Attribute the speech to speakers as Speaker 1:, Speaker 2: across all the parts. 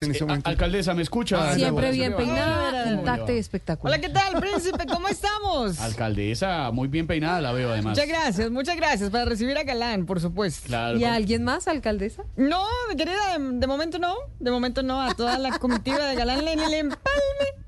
Speaker 1: ese momento.
Speaker 2: Eh, Alcaldesa, ¿me escucha?
Speaker 1: Ah,
Speaker 3: Siempre bien
Speaker 2: ¿Cómo le va?
Speaker 3: peinada,
Speaker 2: ¿Cómo le va?
Speaker 3: intacta y espectacular.
Speaker 4: Hola, ¿qué tal, príncipe? ¿Cómo estamos?
Speaker 2: Alcaldesa, muy bien peinada la veo además.
Speaker 4: Muchas gracias, muchas gracias. Para recibir a Galán, por supuesto.
Speaker 2: Claro.
Speaker 3: ¿Y a alguien más, alcaldesa?
Speaker 4: No, mi querida, de, de momento no. De momento no. A toda la comitiva de Galán en el empalme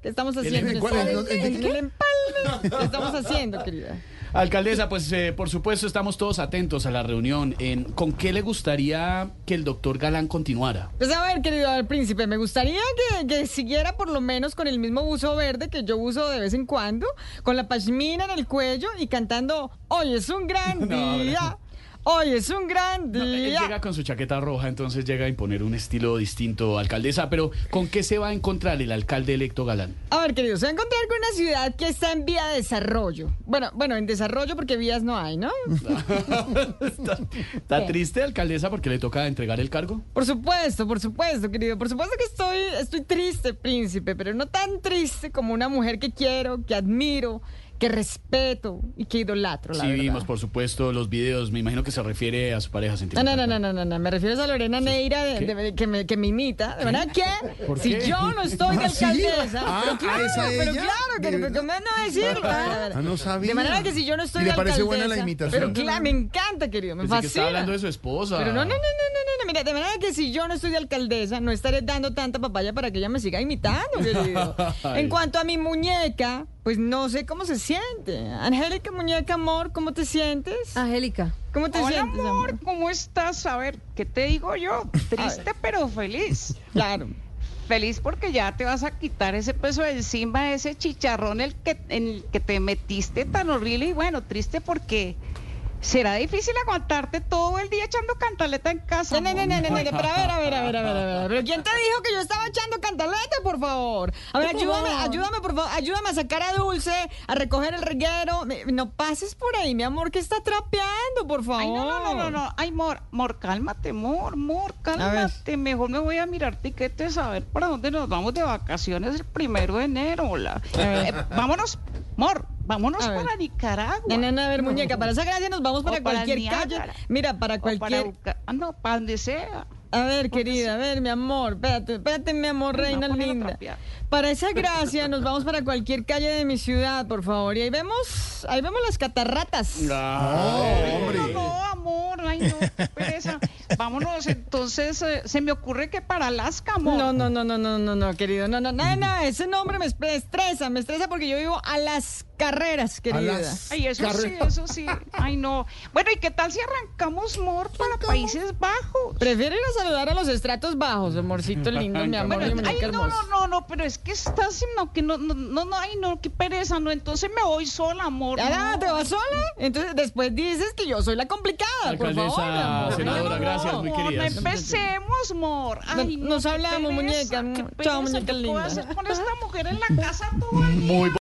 Speaker 4: que estamos haciendo.
Speaker 1: el- cuál, el-
Speaker 4: En
Speaker 1: el- el-
Speaker 4: el empalme que estamos haciendo, querida.
Speaker 2: Alcaldesa, pues eh, por supuesto estamos todos atentos a la reunión. En, ¿Con qué le gustaría que el doctor Galán continuara?
Speaker 4: Pues a ver, querido al príncipe, me gustaría que, que siguiera por lo menos con el mismo buzo verde que yo uso de vez en cuando, con la pashmina en el cuello y cantando Hoy es un gran
Speaker 2: No, pero-
Speaker 4: día. Hoy es un gran
Speaker 2: No, él
Speaker 4: día.
Speaker 2: llega con su chaqueta roja, entonces llega a imponer un estilo distinto, alcaldesa. Pero ¿con qué se va a encontrar el alcalde electo Galán?
Speaker 4: A ver, queridos, se va a encontrar con una ciudad que está en vía de desarrollo. Bueno, bueno, en desarrollo porque vías no hay, ¿no?
Speaker 2: ¿Está, está triste, alcaldesa, porque le toca entregar el cargo?
Speaker 4: Por supuesto, por supuesto, querido. Por supuesto que estoy, estoy triste, príncipe, pero no tan triste como una mujer que quiero, que admiro, que respeto y que idolatro, la
Speaker 2: sí,
Speaker 4: verdad.
Speaker 2: vimos, por supuesto, los videos. Me imagino que se refiere a su pareja
Speaker 4: No, no,
Speaker 2: sentimental.
Speaker 4: no, no, no, no, no, me refiero a Lorena Neira de-
Speaker 2: ¿Qué?
Speaker 4: de- que, me, que me imita. ¿De verdad que
Speaker 2: ¿Por
Speaker 4: Si
Speaker 2: qué?
Speaker 4: yo no estoy de
Speaker 1: ¿Ah, sí?
Speaker 4: alcaldesa.
Speaker 1: Ah,
Speaker 4: pero claro,
Speaker 1: ¿a esa
Speaker 4: pero
Speaker 1: ella?
Speaker 4: claro,
Speaker 1: ¿De
Speaker 4: que
Speaker 1: verdad?
Speaker 4: pero ¿cómo no decirlo?
Speaker 1: Ah, no sabía.
Speaker 4: De manera que si yo no estoy
Speaker 1: ¿Y le
Speaker 4: de
Speaker 1: parece
Speaker 4: alcaldesa.
Speaker 1: buena la imitación?
Speaker 4: Pero claro, me encanta, querido, me
Speaker 2: Pensé que estaba
Speaker 4: fascina.
Speaker 2: hablando de su esposa.
Speaker 4: Pero no, no, no, no, no, no, no, mira, de manera que si yo no estoy de alcaldesa, no estaré dando tanta papaya para que ella me siga imitando, querido.
Speaker 2: Ay.
Speaker 4: en cuanto a mi muñeca, pues no sé cómo se siente. Angélica, muñeca, amor, ¿cómo te sientes?
Speaker 3: Angélica.
Speaker 4: ¿Cómo te
Speaker 5: Hola
Speaker 4: sientes,
Speaker 5: amor, ¿cómo estás? A ver, ¿qué te digo yo? Triste pero feliz.
Speaker 4: Claro.
Speaker 5: Feliz porque ya te vas a quitar ese peso de encima, ese chicharrón el que, en el que te metiste tan horrible y bueno, triste porque será difícil aguantarte todo el día echando cantaleta en casa.
Speaker 4: No, no, no,
Speaker 5: amor.
Speaker 4: no, no, no, pero a ver, a ver, a ver, a ver, a ver. ¿Pero quién te dijo que yo estaba echando cantaleta, por favor? A ver, ayúdame, ayúdame, por favor. Ayúdame a sacar a Dulce, a recoger el reguero. Me- No pases por ahí, mi amor, que está trapeando, por favor.
Speaker 5: Ay, no, no, no, no,
Speaker 4: Oh.
Speaker 5: no. Ay, mor, mor, cálmate, mor, mor, cálmate. Mejor me voy a mirar tiquetes a ver para dónde nos vamos de vacaciones el primero de enero. la- Eh, vámonos, mor, vámonos
Speaker 4: A ver.
Speaker 5: para Nicaragua.
Speaker 4: No, no, no, a ver, muñeca, para esa gracia nos vamos
Speaker 5: O
Speaker 4: para
Speaker 5: para
Speaker 4: cualquier calle.
Speaker 5: Niágara.
Speaker 4: Mira, para
Speaker 5: O para
Speaker 4: cualquier.
Speaker 5: Buca- ah, no, para donde sea.
Speaker 4: A ver,
Speaker 5: Porque
Speaker 4: querida, a ver, mi amor, espérate, espérate, mi amor,
Speaker 5: Me va a
Speaker 4: reina
Speaker 5: poner a
Speaker 4: linda.
Speaker 5: trapear.
Speaker 4: Para esa gracia nos vamos para cualquier calle de mi ciudad, por favor. Y ahí vemos, ahí vemos las catarratas.
Speaker 1: No,
Speaker 2: Ah,
Speaker 5: No,
Speaker 1: hombre.
Speaker 5: no, amor, ay, no, qué pereza. Vámonos, entonces, eh, se me ocurre que para Alaska, amor.
Speaker 4: No, no, no, no, no, no, no, querido. No, no, nada, nada. Ese nombre me esp- estresa, me estresa porque yo vivo a las carreras, querida.
Speaker 1: las-
Speaker 5: Ay, eso
Speaker 1: Carreta.
Speaker 5: sí, eso sí. Ay, no. Bueno, ¿y qué tal si arrancamos, Mor, para Países Bajos?
Speaker 4: Prefiero ir a saludar a los estratos bajos, amorcito lindo, mi amor,
Speaker 2: Bueno,
Speaker 4: mi
Speaker 5: Bueno,
Speaker 4: muñeca
Speaker 5: ay, no,
Speaker 4: hermosa.
Speaker 5: no, no, no, pero es que estás, no, que no, no, no, no, ay, no, qué pereza, no, entonces me voy sola, amor.
Speaker 4: Ya, nada,
Speaker 5: no.
Speaker 4: ¿Te vas sola? Entonces después dices que yo soy la complicada, por
Speaker 2: Alcaldesa,
Speaker 4: favor. mi amor.
Speaker 2: senadora,
Speaker 4: Ay, no,
Speaker 2: gracias,
Speaker 4: no.
Speaker 2: muy
Speaker 5: Amor,
Speaker 2: queridas.
Speaker 5: No empecemos, amor. Ay,
Speaker 4: No-
Speaker 5: no,
Speaker 4: nos
Speaker 5: qué
Speaker 4: hablamos, muñeca.
Speaker 5: pereza, qué
Speaker 4: Chao,
Speaker 5: pereza,
Speaker 4: muñeca
Speaker 5: ¿qué puedo
Speaker 4: linda.
Speaker 5: hacer con esta mujer en la casa todo el día?
Speaker 2: Muy